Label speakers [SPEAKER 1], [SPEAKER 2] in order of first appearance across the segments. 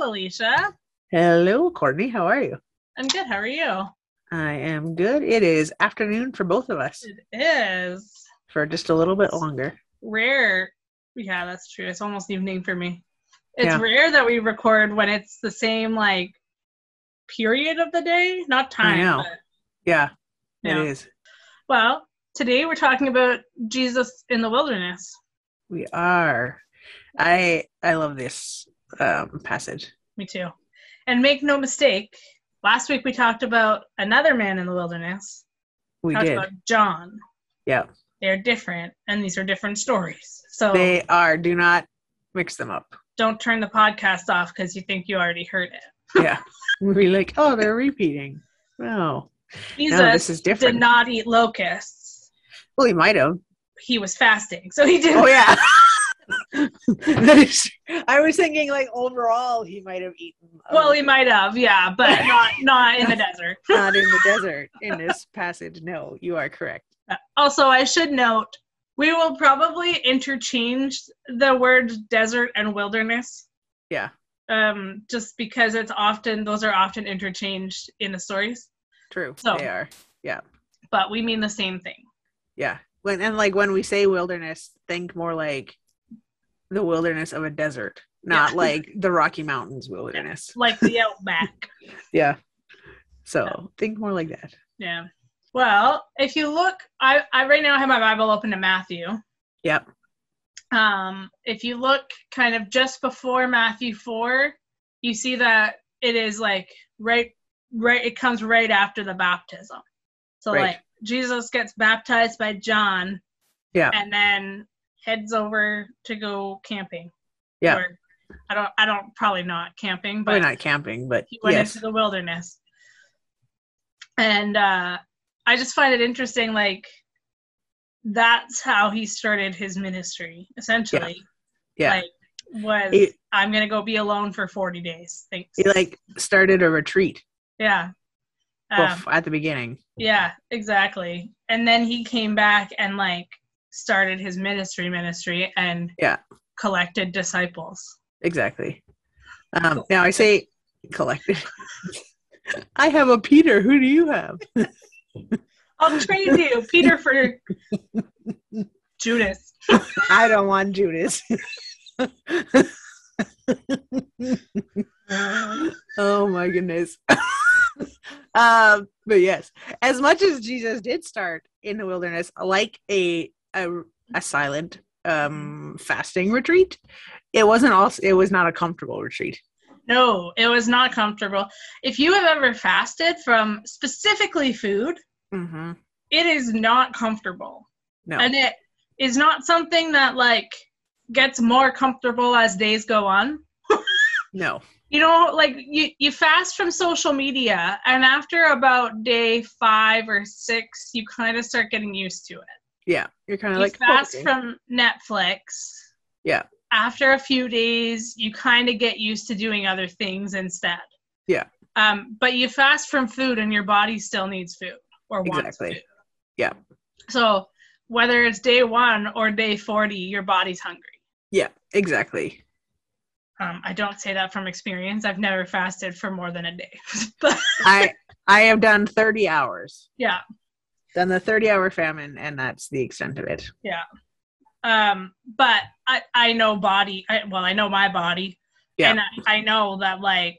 [SPEAKER 1] Alicia.
[SPEAKER 2] Hello, Courtney. How are you?
[SPEAKER 1] I'm good. How are you?
[SPEAKER 2] I am good. It is afternoon for both of us
[SPEAKER 1] It is
[SPEAKER 2] for just a little bit longer.
[SPEAKER 1] rare. Yeah, that's true. It's almost evening for me. It's
[SPEAKER 2] Yeah.
[SPEAKER 1] rare that we record when it's the same like period of the day, not time.
[SPEAKER 2] know.
[SPEAKER 1] but-
[SPEAKER 2] Yeah,
[SPEAKER 1] Yeah.
[SPEAKER 2] it is.
[SPEAKER 1] Well, today we're talking about Jesus in the wilderness.
[SPEAKER 2] We are. I I love this um, passage.
[SPEAKER 1] Me too. And make no mistake, last week we talked about another man in the wilderness.
[SPEAKER 2] We
[SPEAKER 1] talked
[SPEAKER 2] did.
[SPEAKER 1] about John.
[SPEAKER 2] Yeah.
[SPEAKER 1] They're different, and these are different stories. So
[SPEAKER 2] They are. Do not mix them up.
[SPEAKER 1] don't turn the podcast off because you think you already heard it.
[SPEAKER 2] Yeah. We'd be like, oh, they're repeating. No.
[SPEAKER 1] Jesus
[SPEAKER 2] No, this is
[SPEAKER 1] did
[SPEAKER 2] different.
[SPEAKER 1] not eat locusts.
[SPEAKER 2] Well, he might have.
[SPEAKER 1] He was fasting, so he didn't.
[SPEAKER 2] Oh yeah. That is- I was thinking like overall he might have eaten. a
[SPEAKER 1] Well,
[SPEAKER 2] little
[SPEAKER 1] he might have, yeah, but not not in the desert.
[SPEAKER 2] not in the desert in this passage. No, you are correct.
[SPEAKER 1] Also, I should note we will probably interchange the words desert and wilderness.
[SPEAKER 2] Yeah.
[SPEAKER 1] Um, just because it's often those are often interchanged in the stories,
[SPEAKER 2] True.
[SPEAKER 1] So-
[SPEAKER 2] They are.
[SPEAKER 1] but we mean the same thing.
[SPEAKER 2] Yeah. When and like when we say wilderness, think more like the wilderness of a desert, not
[SPEAKER 1] Yeah.
[SPEAKER 2] like the Rocky Mountains wilderness.
[SPEAKER 1] like the outback.
[SPEAKER 2] Yeah. So think more like that.
[SPEAKER 1] Yeah. Well, if you look, I, I right now have my Bible open to Matthew.
[SPEAKER 2] Yep.
[SPEAKER 1] Um, if you look kind of just before Matthew four, you see that it is like right right it comes right after the baptism. So
[SPEAKER 2] Right.
[SPEAKER 1] like Jesus gets baptized by John.
[SPEAKER 2] Yeah.
[SPEAKER 1] And then heads over to go camping.
[SPEAKER 2] Yeah.
[SPEAKER 1] Or, I don't I don't probably not camping, but
[SPEAKER 2] Probably not camping, but
[SPEAKER 1] he went
[SPEAKER 2] yes.
[SPEAKER 1] into the wilderness and uh i just find it interesting like that's how he started his ministry essentially
[SPEAKER 2] yeah.
[SPEAKER 1] like was
[SPEAKER 2] He-
[SPEAKER 1] i'm gonna go be alone for 40 days thanks
[SPEAKER 2] he like started a retreat
[SPEAKER 1] yeah um,
[SPEAKER 2] bef- at the beginning.
[SPEAKER 1] yeah exactly and then he came back and like started his ministry ministry and
[SPEAKER 2] Yeah.
[SPEAKER 1] collected disciples
[SPEAKER 2] Exactly. Um, now I say collected. I have a Peter. Who do you have?
[SPEAKER 1] i'll trade you peter for judas
[SPEAKER 2] I don't want Judas. oh my goodness. um, but yes, as much as Jesus did start in the wilderness, like a a, a silent um fasting retreat, it wasn't also it was not a comfortable retreat.
[SPEAKER 1] No, it was not comfortable. If you have ever fasted from specifically food,
[SPEAKER 2] Mm-hmm.
[SPEAKER 1] it is not comfortable.
[SPEAKER 2] No,
[SPEAKER 1] And it is not something that like gets more comfortable as days go on.
[SPEAKER 2] no,
[SPEAKER 1] You know, like you, you fast from social media and after about day five or six, you kind of start getting used to it.
[SPEAKER 2] yeah, you're kind of
[SPEAKER 1] You
[SPEAKER 2] like
[SPEAKER 1] fast
[SPEAKER 2] okay.
[SPEAKER 1] from Netflix.
[SPEAKER 2] Yeah.
[SPEAKER 1] After a few days, you kind of get used to doing other things instead.
[SPEAKER 2] Yeah.
[SPEAKER 1] Um, but you fast from food, and your body still needs food or wants
[SPEAKER 2] Exactly.
[SPEAKER 1] food.
[SPEAKER 2] Yeah.
[SPEAKER 1] So whether it's day one or day forty, your body's hungry.
[SPEAKER 2] yeah, exactly.
[SPEAKER 1] Um, I don't say that from experience. I've never fasted for more than a day. but
[SPEAKER 2] I I have done 30 hours.
[SPEAKER 1] yeah.
[SPEAKER 2] done the 30 hour famine and that's the extent of it
[SPEAKER 1] um but i i know body I, well i know my body
[SPEAKER 2] Yeah.
[SPEAKER 1] and I, I know that like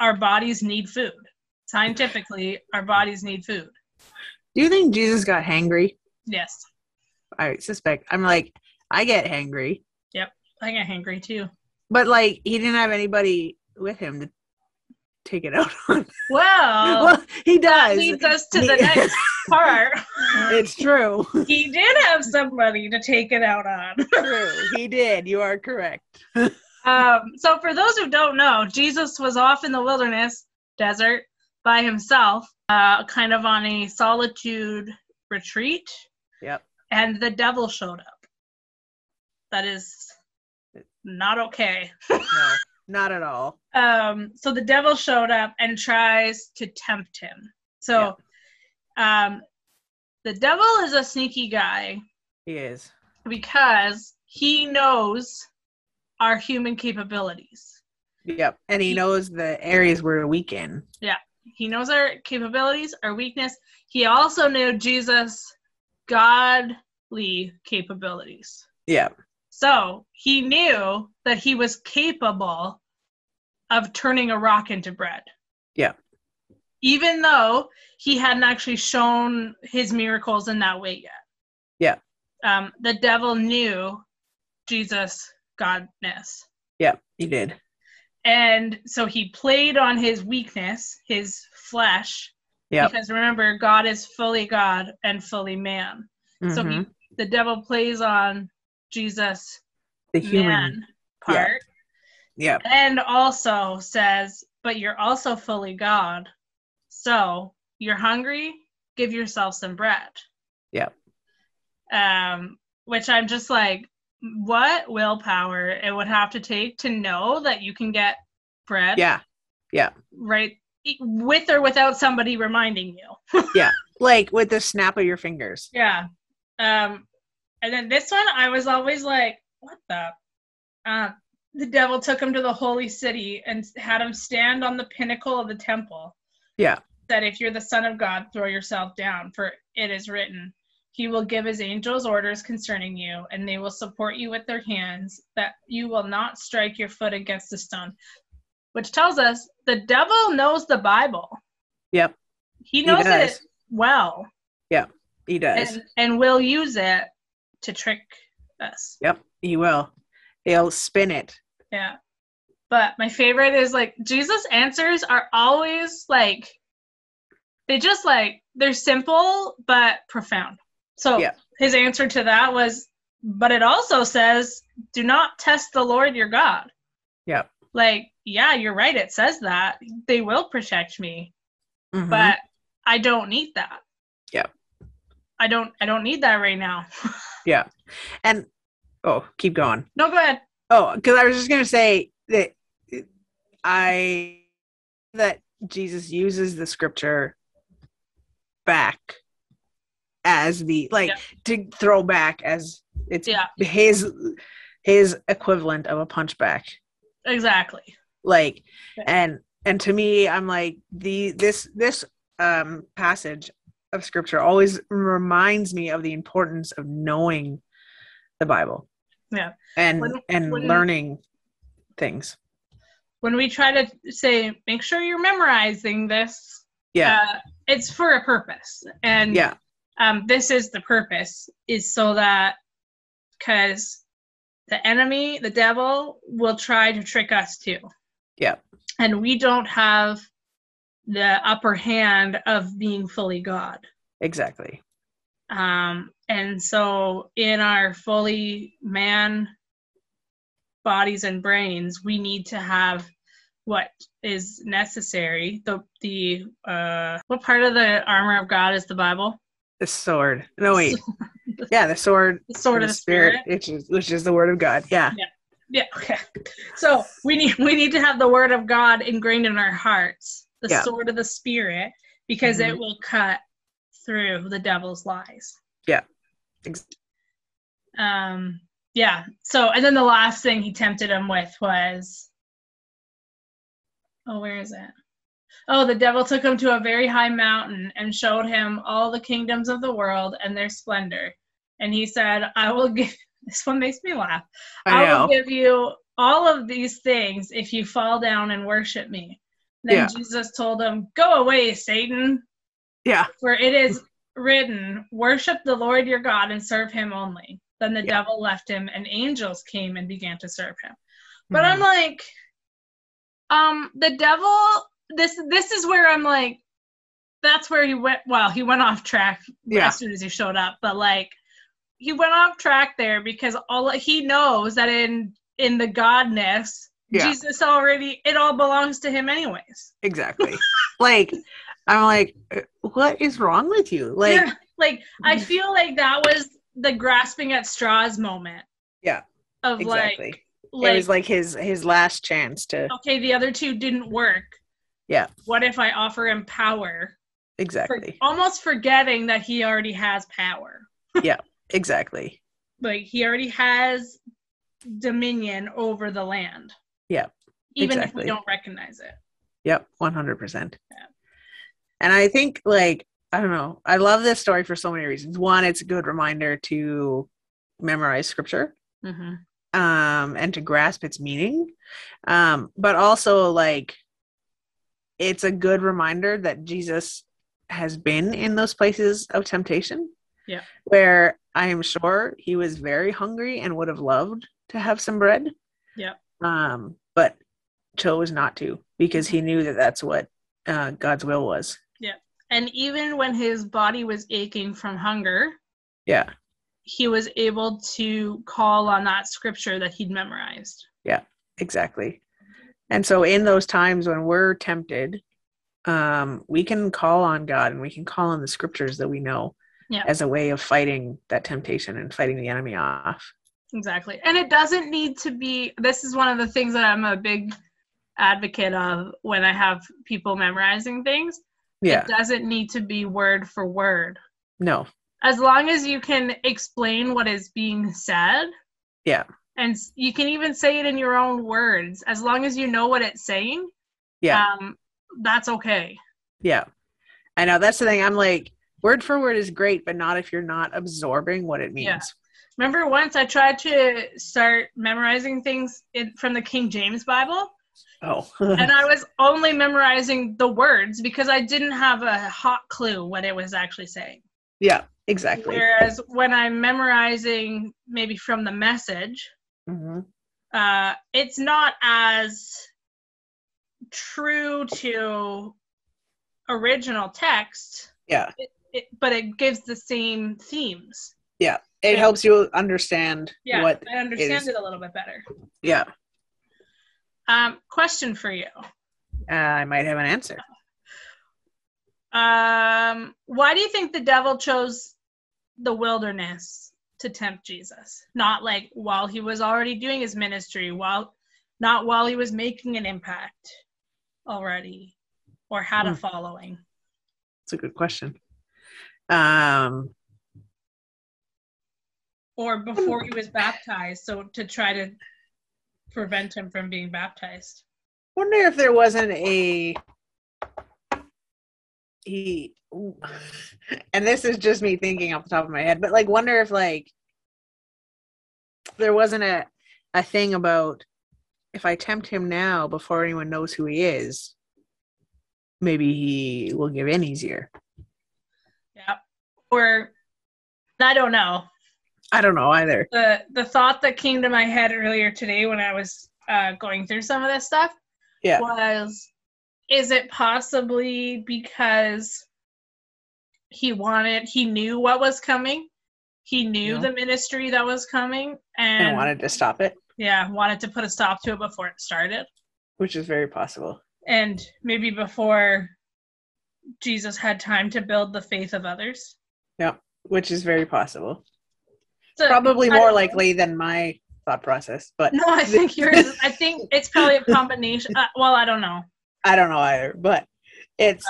[SPEAKER 1] our bodies need food scientifically our bodies need food
[SPEAKER 2] do you think jesus got hangry
[SPEAKER 1] yes
[SPEAKER 2] i suspect i'm like i get hangry
[SPEAKER 1] i get hangry too
[SPEAKER 2] but like he didn't have anybody with him to take it out on
[SPEAKER 1] well,
[SPEAKER 2] well Oh. he
[SPEAKER 1] that
[SPEAKER 2] does
[SPEAKER 1] leads us to the
[SPEAKER 2] He-
[SPEAKER 1] next part
[SPEAKER 2] it's true
[SPEAKER 1] he did have somebody to take it out on
[SPEAKER 2] true he did you are correct
[SPEAKER 1] um so for those who don't know jesus was off in the wilderness desert by himself uh kind of on a solitude retreat
[SPEAKER 2] yep
[SPEAKER 1] and the devil showed up. That is not okay.
[SPEAKER 2] no not at all
[SPEAKER 1] Um, so the devil showed up and tries to tempt him. So um, the devil is a sneaky guy
[SPEAKER 2] he is
[SPEAKER 1] because he knows our human capabilities.
[SPEAKER 2] Yep. And he knows the areas we're weak in.
[SPEAKER 1] He knows our capabilities, our weakness. He also knew Jesus' godly capabilities.
[SPEAKER 2] Yeah.
[SPEAKER 1] So he knew that he was capable of turning a rock into bread.
[SPEAKER 2] Yeah.
[SPEAKER 1] Even though he hadn't actually shown his miracles in that way yet.
[SPEAKER 2] Yeah.
[SPEAKER 1] Um, the devil knew Jesus' godness.
[SPEAKER 2] Yep. He did.
[SPEAKER 1] And so he played on his weakness, his flesh.
[SPEAKER 2] Yep.
[SPEAKER 1] Because remember, God is fully God and fully man. So
[SPEAKER 2] Mhm.
[SPEAKER 1] he, the devil plays on Jesus'
[SPEAKER 2] the human.
[SPEAKER 1] man
[SPEAKER 2] yeah.
[SPEAKER 1] part.
[SPEAKER 2] Yep.
[SPEAKER 1] And also says, but you're also fully God. So you're hungry, give yourself some bread.
[SPEAKER 2] Yep.
[SPEAKER 1] Um, which I'm just like, what willpower it would have to take to know that you can get bread
[SPEAKER 2] Yeah.
[SPEAKER 1] right with or without somebody reminding you.
[SPEAKER 2] Like with the snap of your fingers.
[SPEAKER 1] Yeah. Um, and then this one, I was always like, what the? Uh, the devil took him to the holy city and had him stand on the pinnacle of the temple.
[SPEAKER 2] Yeah.
[SPEAKER 1] That if you're the son of God, throw yourself down, for it is written, He will give His angels orders concerning you, and they will support you with their hands, that you will not strike your foot against a stone. Which tells us the devil knows the Bible.
[SPEAKER 2] Yep.
[SPEAKER 1] He knows it
[SPEAKER 2] does.
[SPEAKER 1] well
[SPEAKER 2] He does.
[SPEAKER 1] and, and we'll use it to trick us.
[SPEAKER 2] yep. He will. He'll spin it.
[SPEAKER 1] Yeah. But my favorite is like Jesus' answers are always like they just like they're simple but profound. So
[SPEAKER 2] Yeah.
[SPEAKER 1] his answer to that was, but it also says, do not test the Lord your God.
[SPEAKER 2] Yeah.
[SPEAKER 1] Like, yeah, you're right. It says that they will protect me.
[SPEAKER 2] Mhm.
[SPEAKER 1] but I don't need that.
[SPEAKER 2] Yeah.
[SPEAKER 1] I don't I don't need that right now.
[SPEAKER 2] and oh, keep going.
[SPEAKER 1] no go ahead.
[SPEAKER 2] Oh, because I was just gonna say that I that Jesus uses the scripture back as the like
[SPEAKER 1] Yeah.
[SPEAKER 2] to throw back as it's
[SPEAKER 1] Yeah.
[SPEAKER 2] his his equivalent of a punchback.
[SPEAKER 1] Exactly.
[SPEAKER 2] Like
[SPEAKER 1] Yeah.
[SPEAKER 2] and and to me I'm like the this this um passage of scripture always reminds me of the importance of knowing the Bible.
[SPEAKER 1] Yeah.
[SPEAKER 2] And
[SPEAKER 1] When-
[SPEAKER 2] and
[SPEAKER 1] when-
[SPEAKER 2] learning things.
[SPEAKER 1] When we try to say, make sure you're memorizing this,
[SPEAKER 2] Yeah.
[SPEAKER 1] uh, it's for a purpose. And
[SPEAKER 2] yeah.
[SPEAKER 1] um, this is the purpose, is so that because the enemy, the devil, will try to trick us too.
[SPEAKER 2] Yeah.
[SPEAKER 1] And we don't have the upper hand of being fully God.
[SPEAKER 2] Exactly.
[SPEAKER 1] Um, and so in our fully man bodies and brains, we need to have what is necessary. The the uh what part of the armor of God is the Bible?
[SPEAKER 2] The sword. No wait. yeah, the sword.
[SPEAKER 1] The sword of
[SPEAKER 2] and
[SPEAKER 1] Oh, the spirit.
[SPEAKER 2] which is which is the word of God. Yeah.
[SPEAKER 1] Yeah, okay. So we need we need to have the word of God ingrained in our hearts, the
[SPEAKER 2] Yeah.
[SPEAKER 1] sword of the spirit, because
[SPEAKER 2] Mhm.
[SPEAKER 1] it will cut through the devil's lies.
[SPEAKER 2] Yeah. Ex-
[SPEAKER 1] Um yeah. So and then the last thing he tempted him with was Oh, where is it? Oh, the devil took him to a very high mountain and showed him all the kingdoms of the world and their splendor. And he said, I will give this one makes me laugh.
[SPEAKER 2] I
[SPEAKER 1] will
[SPEAKER 2] know.
[SPEAKER 1] give you all of these things if you fall down and worship me. Then
[SPEAKER 2] Yeah.
[SPEAKER 1] Jesus told him, Go away, Satan,
[SPEAKER 2] Yeah.
[SPEAKER 1] for it is written, Worship the Lord your God and serve him only. Then the
[SPEAKER 2] Yeah.
[SPEAKER 1] devil left him, and angels came and began to serve him. But
[SPEAKER 2] Mm-hmm.
[SPEAKER 1] I'm like, um, the devil. This this is where I'm like, that's where he went. Well, he went off track
[SPEAKER 2] Yeah.
[SPEAKER 1] as soon as he showed up. But like, he went off track there because all he knows that in in the godness,
[SPEAKER 2] Yeah.
[SPEAKER 1] Jesus already it all belongs to him anyways.
[SPEAKER 2] Exactly. like I'm like, uh, what is wrong with you? Like mm-hmm.
[SPEAKER 1] Yeah, like I feel like that was the grasping at straws moment.
[SPEAKER 2] Yeah,
[SPEAKER 1] Of
[SPEAKER 2] exactly. it
[SPEAKER 1] like
[SPEAKER 2] was
[SPEAKER 1] like
[SPEAKER 2] like his his last chance to
[SPEAKER 1] okay, the other two didn't work.
[SPEAKER 2] Yeah.
[SPEAKER 1] What if I offer him power? for-
[SPEAKER 2] exactly
[SPEAKER 1] almost forgetting that he already has power.
[SPEAKER 2] exactly.
[SPEAKER 1] Like he already has dominion over the land.
[SPEAKER 2] Yeah.
[SPEAKER 1] even if
[SPEAKER 2] Exactly.
[SPEAKER 1] we don't recognize it.
[SPEAKER 2] Yep, 100%.
[SPEAKER 1] Yeah.
[SPEAKER 2] And I think, like, I don't know, I love this story for so many reasons. One, it's a good reminder to memorize scripture
[SPEAKER 1] Mm-hmm.
[SPEAKER 2] um, and to grasp its meaning. Um, but also, like, it's a good reminder that Jesus has been in those places of temptation.
[SPEAKER 1] Yeah.
[SPEAKER 2] Where I am sure he was very hungry and would have loved to have some bread.
[SPEAKER 1] Yep.
[SPEAKER 2] Um, but chose not to because he knew that that's what uh, God's will was.
[SPEAKER 1] And even when his body was aching from hunger,
[SPEAKER 2] Yeah.
[SPEAKER 1] he was able to call on that scripture that he'd memorized.
[SPEAKER 2] Exactly. And so in those times when we're tempted, um, we can call on God and we can call on the scriptures that we know
[SPEAKER 1] Yeah.
[SPEAKER 2] as a way of fighting that temptation and fighting the enemy off.
[SPEAKER 1] Exactly. And it doesn't need to be, this is one of the things that I'm a big advocate of when I have people memorizing things.
[SPEAKER 2] Yeah.
[SPEAKER 1] It doesn't need to be word for word.
[SPEAKER 2] No.
[SPEAKER 1] As long as you can explain what is being said.
[SPEAKER 2] Yeah.
[SPEAKER 1] And s- you can even say it in your own words. As long as you know what it's saying.
[SPEAKER 2] Yeah.
[SPEAKER 1] Um, that's okay.
[SPEAKER 2] Yeah. I know that's the thing. I'm like, word for word is great, but not if you're not absorbing what it means.
[SPEAKER 1] Yeah. Remember once I tried to start memorizing things in, from the King James Bible,
[SPEAKER 2] Oh.
[SPEAKER 1] and I was only memorizing the words because I didn't have a hot clue what it was actually saying.
[SPEAKER 2] yeah, exactly.
[SPEAKER 1] Whereas when I'm memorizing maybe from the message,
[SPEAKER 2] hmm
[SPEAKER 1] uh, it's not as true to original text,
[SPEAKER 2] Yeah.
[SPEAKER 1] it, but it gives the same themes.
[SPEAKER 2] It
[SPEAKER 1] Yeah.
[SPEAKER 2] helps you understand
[SPEAKER 1] Yeah,
[SPEAKER 2] what
[SPEAKER 1] I understand
[SPEAKER 2] is-
[SPEAKER 1] it a little bit better.
[SPEAKER 2] yeah.
[SPEAKER 1] Um, question for you.
[SPEAKER 2] Uh, I might have an answer.
[SPEAKER 1] Um, why do you think the devil chose the wilderness to tempt Jesus? Not like while he was already doing his ministry, while not while he was making an impact already or had a
[SPEAKER 2] Hmm.
[SPEAKER 1] following.
[SPEAKER 2] That's a good question. Um,
[SPEAKER 1] Or before he was baptized, so to try to prevent him from being baptized.
[SPEAKER 2] wonder if there wasn't a he and this is just me thinking off the top of my head, but like wonder if like there wasn't a a thing about if I tempt him now before anyone knows who he is, maybe he will give in easier.
[SPEAKER 1] Yeah. Or I don't know.
[SPEAKER 2] I don't know either.
[SPEAKER 1] The the thought that came to my head earlier today when I was uh, going through some of this stuff
[SPEAKER 2] Yeah.
[SPEAKER 1] was is it possibly because he wanted he knew what was coming he knew
[SPEAKER 2] Yeah.
[SPEAKER 1] the ministry that was coming
[SPEAKER 2] And,
[SPEAKER 1] and,
[SPEAKER 2] wanted to stop it,
[SPEAKER 1] yeah wanted to put a stop to it before it started
[SPEAKER 2] which is very possible.
[SPEAKER 1] and maybe before jesus had time to build the faith of others
[SPEAKER 2] Which is very possible.
[SPEAKER 1] So-
[SPEAKER 2] probably
[SPEAKER 1] I
[SPEAKER 2] more
[SPEAKER 1] don't know.
[SPEAKER 2] likely than my thought process but
[SPEAKER 1] no i think yours is- i think it's probably a combination uh, well i don't know
[SPEAKER 2] i don't know either but it's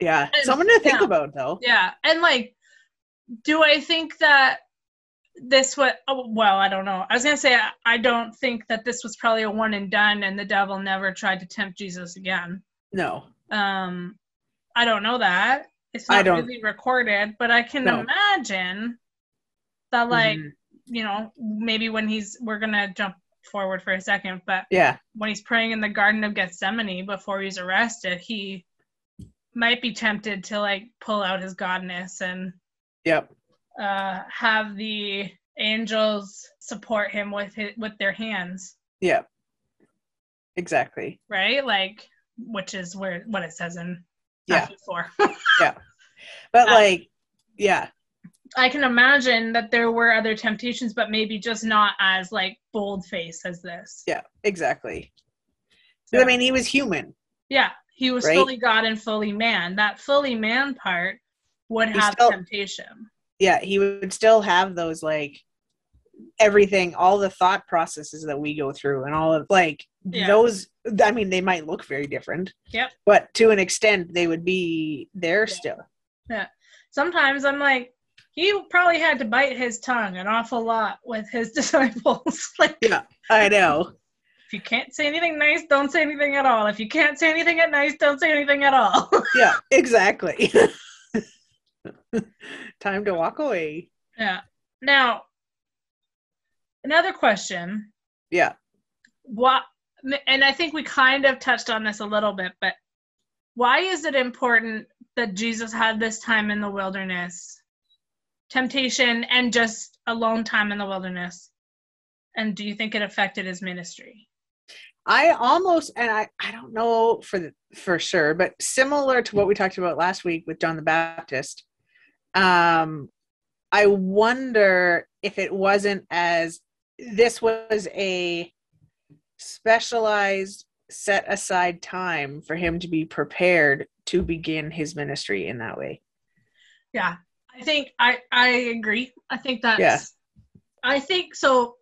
[SPEAKER 2] yeah
[SPEAKER 1] And-
[SPEAKER 2] something to think
[SPEAKER 1] yeah.
[SPEAKER 2] about though
[SPEAKER 1] Yeah, and like, do I think that this was? Oh, well, I don't know. I was gonna say I, I don't think that this was probably a one and done, and the devil never tried to tempt Jesus again.
[SPEAKER 2] no
[SPEAKER 1] Um, I don't know that it's
[SPEAKER 2] I
[SPEAKER 1] not
[SPEAKER 2] don't-
[SPEAKER 1] really recorded, but I can
[SPEAKER 2] No.
[SPEAKER 1] imagine that, like,
[SPEAKER 2] Mhm.
[SPEAKER 1] you know, maybe when he's we're gonna jump forward for a second, but
[SPEAKER 2] yeah
[SPEAKER 1] when he's praying in the Garden of Gethsemane before he's arrested, he might be tempted to like pull out his godness and
[SPEAKER 2] yep
[SPEAKER 1] uh, have the angels support him with his, with their hands,
[SPEAKER 2] yep exactly
[SPEAKER 1] right? Like, which is where what it says in
[SPEAKER 2] Yeah.
[SPEAKER 1] Matthew four.
[SPEAKER 2] but
[SPEAKER 1] Um,
[SPEAKER 2] like yeah
[SPEAKER 1] I can imagine that there were other temptations, but maybe just not as like bold faced as this.
[SPEAKER 2] yeah exactly
[SPEAKER 1] So-
[SPEAKER 2] 'Cause, i mean he was human
[SPEAKER 1] yeah, he was
[SPEAKER 2] Right.
[SPEAKER 1] fully God and fully man. That fully man part would
[SPEAKER 2] He
[SPEAKER 1] have
[SPEAKER 2] still-
[SPEAKER 1] temptation.
[SPEAKER 2] yeah he would still have those like everything all the thought processes that we go through and all of like
[SPEAKER 1] Yeah.
[SPEAKER 2] those i mean they might look very different
[SPEAKER 1] Yep.
[SPEAKER 2] but to an extent they would be there
[SPEAKER 1] Yeah.
[SPEAKER 2] still
[SPEAKER 1] Sometimes I'm like. He probably had to bite his tongue an awful lot with his disciples. like,
[SPEAKER 2] I know.
[SPEAKER 1] If you can't say anything nice, don't say anything at all. If you can't say anything at nice, don't say anything at all.
[SPEAKER 2] yeah, exactly. Time to walk away.
[SPEAKER 1] yeah. Now, another question.
[SPEAKER 2] Yeah.
[SPEAKER 1] What? And I think we kind of touched on this a little bit, but why is it important that Jesus had this time in the wilderness, temptation, and just alone time in the wilderness? And do you think it affected his ministry?
[SPEAKER 2] I almost and I I don't know for the, for sure, but similar to what we talked about last week with John the Baptist, um, I wonder if it wasn't as this was a specialized set aside time for him to be prepared to begin his ministry in that way.
[SPEAKER 1] Yeah, I think I I agree. I think that's
[SPEAKER 2] Yeah.
[SPEAKER 1] I think so.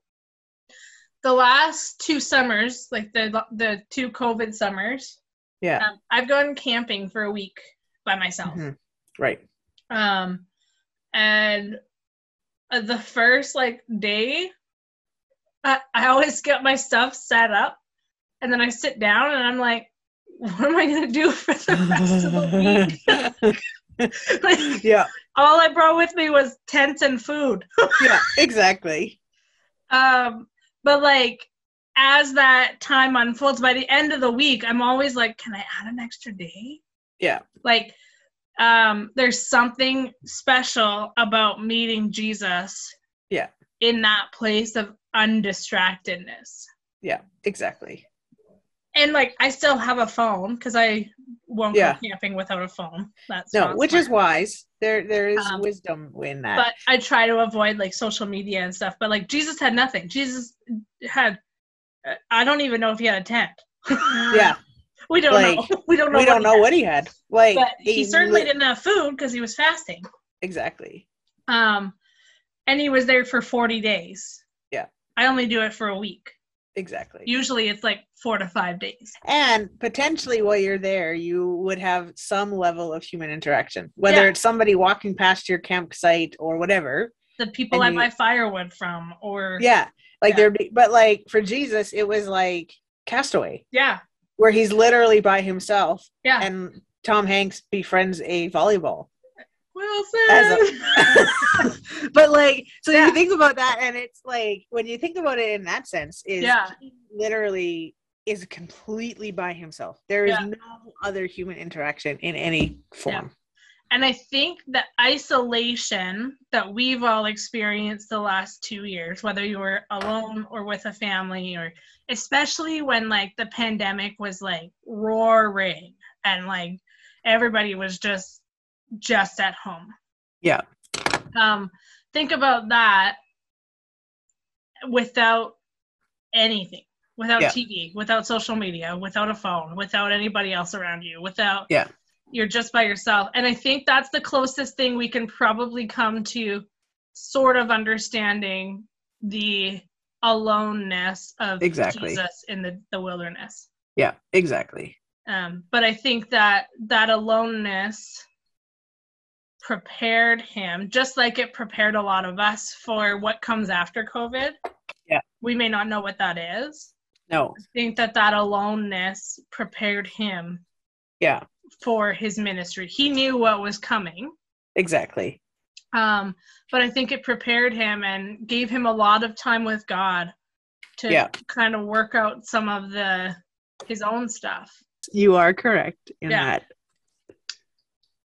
[SPEAKER 1] The last two summers, like the the two COVID summers,
[SPEAKER 2] Yeah.
[SPEAKER 1] um, I've gone camping for a week by myself.
[SPEAKER 2] Mhm. Right.
[SPEAKER 1] Um, and uh, the first like day, I, I always get my stuff set up, and then I sit down and I'm like, what am I gonna do for the rest of the week? like,
[SPEAKER 2] yeah.
[SPEAKER 1] all I brought with me was tents and food.
[SPEAKER 2] Yeah. Exactly.
[SPEAKER 1] Um, but like as that time unfolds, by the end of the week, I'm always like, can I add an extra day?
[SPEAKER 2] Yeah.
[SPEAKER 1] Like, um, there's something special about meeting Jesus.
[SPEAKER 2] Yeah.
[SPEAKER 1] In that place of undistractedness.
[SPEAKER 2] Exactly.
[SPEAKER 1] And like I still have a phone because I won't
[SPEAKER 2] Yeah.
[SPEAKER 1] go camping without a phone. That's
[SPEAKER 2] No,
[SPEAKER 1] not
[SPEAKER 2] which
[SPEAKER 1] smart.
[SPEAKER 2] is wise. There there is
[SPEAKER 1] Um,
[SPEAKER 2] wisdom in that.
[SPEAKER 1] but I try to avoid like social media and stuff. But like Jesus had nothing. Jesus had uh, I don't even know if he had a tent.
[SPEAKER 2] yeah.
[SPEAKER 1] we don't
[SPEAKER 2] like,
[SPEAKER 1] know. We uh, don't know.
[SPEAKER 2] we don't
[SPEAKER 1] he
[SPEAKER 2] know
[SPEAKER 1] had.
[SPEAKER 2] what he had. Like
[SPEAKER 1] But he, certainly
[SPEAKER 2] li-
[SPEAKER 1] didn't have food because he was fasting.
[SPEAKER 2] Exactly.
[SPEAKER 1] Um, and he was there for forty days.
[SPEAKER 2] Yeah.
[SPEAKER 1] I only do it for a week.
[SPEAKER 2] Exactly.
[SPEAKER 1] Usually it's like four to five days.
[SPEAKER 2] and potentially while you're there, you would have some level of human interaction, whether
[SPEAKER 1] Yeah.
[SPEAKER 2] it's somebody walking past your campsite or whatever.
[SPEAKER 1] The people
[SPEAKER 2] And
[SPEAKER 1] I
[SPEAKER 2] you-
[SPEAKER 1] buy firewood from, or
[SPEAKER 2] Yeah. Like
[SPEAKER 1] Yeah.
[SPEAKER 2] there'd be but like for Jesus, it was like Castaway,
[SPEAKER 1] yeah,
[SPEAKER 2] where he's literally by himself
[SPEAKER 1] Yeah.
[SPEAKER 2] and Tom Hanks befriends a volleyball.
[SPEAKER 1] Wilson.
[SPEAKER 2] but like so
[SPEAKER 1] Yeah.
[SPEAKER 2] you think about that and it's like when you think about it in that sense is
[SPEAKER 1] Yeah.
[SPEAKER 2] he literally is completely by himself there is
[SPEAKER 1] Yeah.
[SPEAKER 2] no other human interaction in any form
[SPEAKER 1] And I think the isolation that we've all experienced the last two years, whether you were alone or with a family, or especially when like the pandemic was like roaring and like everybody was just just at home.
[SPEAKER 2] Yeah.
[SPEAKER 1] Um, think about that without anything, without
[SPEAKER 2] Yeah.
[SPEAKER 1] TV, without social media, without a phone, without anybody else around you, without
[SPEAKER 2] Yeah.
[SPEAKER 1] you're just by yourself. And I think that's the closest thing we can probably come to sort of understanding the aloneness of
[SPEAKER 2] Exactly.
[SPEAKER 1] Jesus in the, the wilderness.
[SPEAKER 2] yeah exactly
[SPEAKER 1] Um, but I think that that aloneness prepared him, just like it prepared a lot of us for what comes after COVID.
[SPEAKER 2] Yeah.
[SPEAKER 1] We may not know what that is.
[SPEAKER 2] no
[SPEAKER 1] I think that that aloneness prepared him
[SPEAKER 2] yeah
[SPEAKER 1] for his ministry. He knew what was coming.
[SPEAKER 2] exactly
[SPEAKER 1] Um, but I think it prepared him and gave him a lot of time with God to
[SPEAKER 2] Yeah.
[SPEAKER 1] kind of work out some of the his own stuff.
[SPEAKER 2] you are correct in
[SPEAKER 1] Yeah.
[SPEAKER 2] that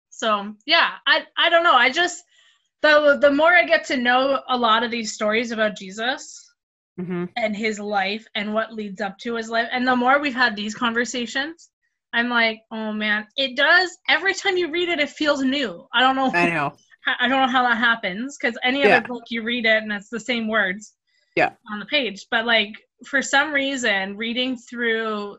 [SPEAKER 1] So yeah, I I don't know. I just the the more I get to know a lot of these stories about Jesus
[SPEAKER 2] Mhm.
[SPEAKER 1] and his life and what leads up to his life, and the more we've had these conversations, I'm like, oh man, it does. Every time you read it, it feels new. I don't know.
[SPEAKER 2] i know
[SPEAKER 1] I I don't know how that happens because any
[SPEAKER 2] Yeah.
[SPEAKER 1] other book you read it and it's the same words
[SPEAKER 2] Yeah.
[SPEAKER 1] on the page. But like for some reason, reading through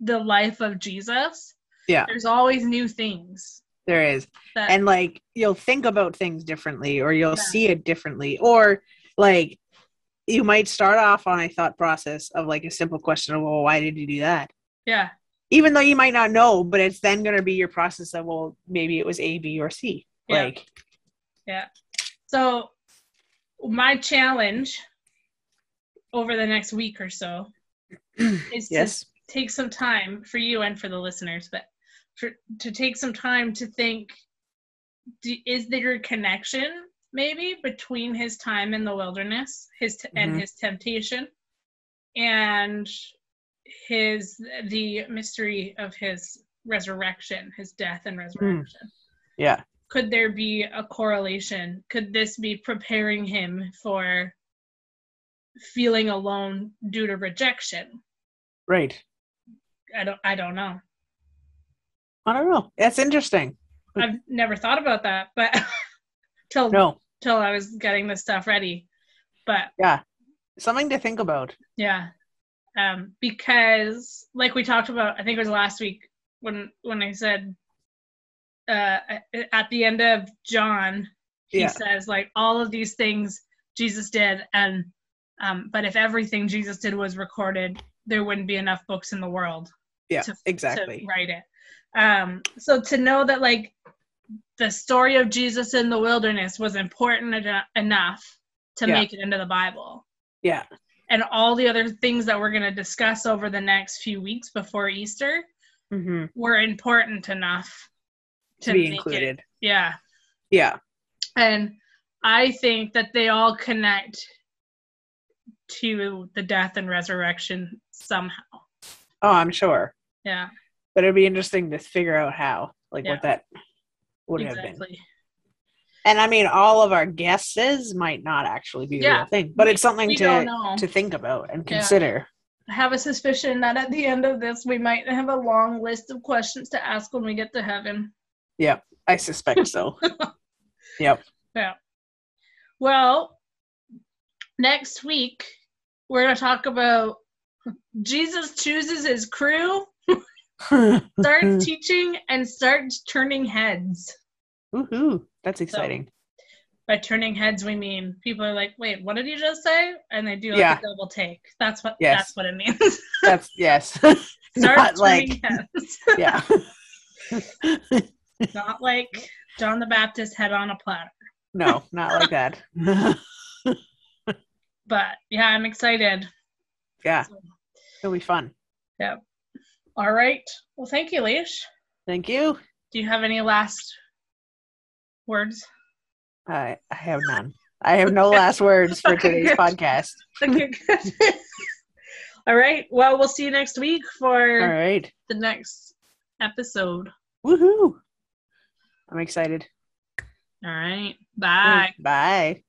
[SPEAKER 1] the life of Jesus,
[SPEAKER 2] Yeah.
[SPEAKER 1] there's always new things.
[SPEAKER 2] there is
[SPEAKER 1] That,
[SPEAKER 2] and like you'll think about things differently or you'll
[SPEAKER 1] Yeah.
[SPEAKER 2] see it differently or like you might start off on a thought process of like a simple question of well why did you do that
[SPEAKER 1] yeah,
[SPEAKER 2] even though you might not know, but it's then going to be your process of well, maybe it was A, B, or C.
[SPEAKER 1] Yeah.
[SPEAKER 2] Like,
[SPEAKER 1] So, my challenge over the next week or so is
[SPEAKER 2] yes.
[SPEAKER 1] to take some time for you and for the listeners, but for, to take some time to think do, is there a connection maybe between his time in the wilderness his t- and
[SPEAKER 2] Mhm.
[SPEAKER 1] his temptation and his the mystery of his resurrection his death and resurrection
[SPEAKER 2] Yeah.
[SPEAKER 1] could there be a correlation could this be preparing him for feeling alone due to rejection
[SPEAKER 2] Right.
[SPEAKER 1] i don't i don't know
[SPEAKER 2] I don't know. That's interesting.
[SPEAKER 1] i've never thought about that but till
[SPEAKER 2] No.
[SPEAKER 1] till i was getting this stuff ready but
[SPEAKER 2] Something to think about.
[SPEAKER 1] Yeah. Um, because like we talked about, I think it was last week when when I said uh a- at the end of John, he
[SPEAKER 2] Yeah.
[SPEAKER 1] says like all of these things Jesus did and um but if everything Jesus did was recorded, there wouldn't be enough books in the world
[SPEAKER 2] Yeah.
[SPEAKER 1] to- to
[SPEAKER 2] exactly.
[SPEAKER 1] to write it. Um so to know that like the story of Jesus in the wilderness was important eno- enough to
[SPEAKER 2] Yeah.
[SPEAKER 1] make it into the Bible
[SPEAKER 2] Yeah.
[SPEAKER 1] and all the other things that we're going to discuss over the next few weeks before Easter
[SPEAKER 2] Mm-hmm.
[SPEAKER 1] were important enough
[SPEAKER 2] To, be
[SPEAKER 1] make it-
[SPEAKER 2] included.
[SPEAKER 1] Yeah.
[SPEAKER 2] Yeah.
[SPEAKER 1] And I think that they all connect to the death and resurrection somehow.
[SPEAKER 2] Oh, I'm sure.
[SPEAKER 1] Yeah.
[SPEAKER 2] But it'd be interesting to figure out how, like,
[SPEAKER 1] Yeah.
[SPEAKER 2] what that would have been.
[SPEAKER 1] Exactly.
[SPEAKER 2] And I mean, all of our guesses might not actually be the
[SPEAKER 1] Yeah.
[SPEAKER 2] real thing, but it's something
[SPEAKER 1] We don't
[SPEAKER 2] to
[SPEAKER 1] know.
[SPEAKER 2] to think about and
[SPEAKER 1] Yeah.
[SPEAKER 2] consider.
[SPEAKER 1] I have a suspicion that at the end of this, we might have a long list of questions to ask when we get to heaven.
[SPEAKER 2] I suspect so.
[SPEAKER 1] Well, next week we're going to talk about Jesus chooses his crew, starts teaching, and starts turning heads.
[SPEAKER 2] Woohoo! That's exciting.
[SPEAKER 1] By turning heads, we mean people are like, "Wait, what did you just say?" And they do like
[SPEAKER 2] Yeah.
[SPEAKER 1] a double take. That's what
[SPEAKER 2] Yes.
[SPEAKER 1] that's what it means.
[SPEAKER 2] That's yes.
[SPEAKER 1] Start turning
[SPEAKER 2] Not like-
[SPEAKER 1] heads,
[SPEAKER 2] yeah.
[SPEAKER 1] not like John the Baptist head on a platter.
[SPEAKER 2] No, not like that.
[SPEAKER 1] But yeah, I'm excited.
[SPEAKER 2] yeah. It'll be fun.
[SPEAKER 1] All right. Well, thank you, Leish.
[SPEAKER 2] Thank you.
[SPEAKER 1] Do you have any last words?
[SPEAKER 2] I I have none. I have no last words for today's
[SPEAKER 1] Okay.
[SPEAKER 2] podcast.
[SPEAKER 1] Okay, good. All right. Well, we'll see you next week for
[SPEAKER 2] All right.
[SPEAKER 1] the next episode.
[SPEAKER 2] Woohoo! I'm excited.
[SPEAKER 1] All right. Bye.
[SPEAKER 2] Bye.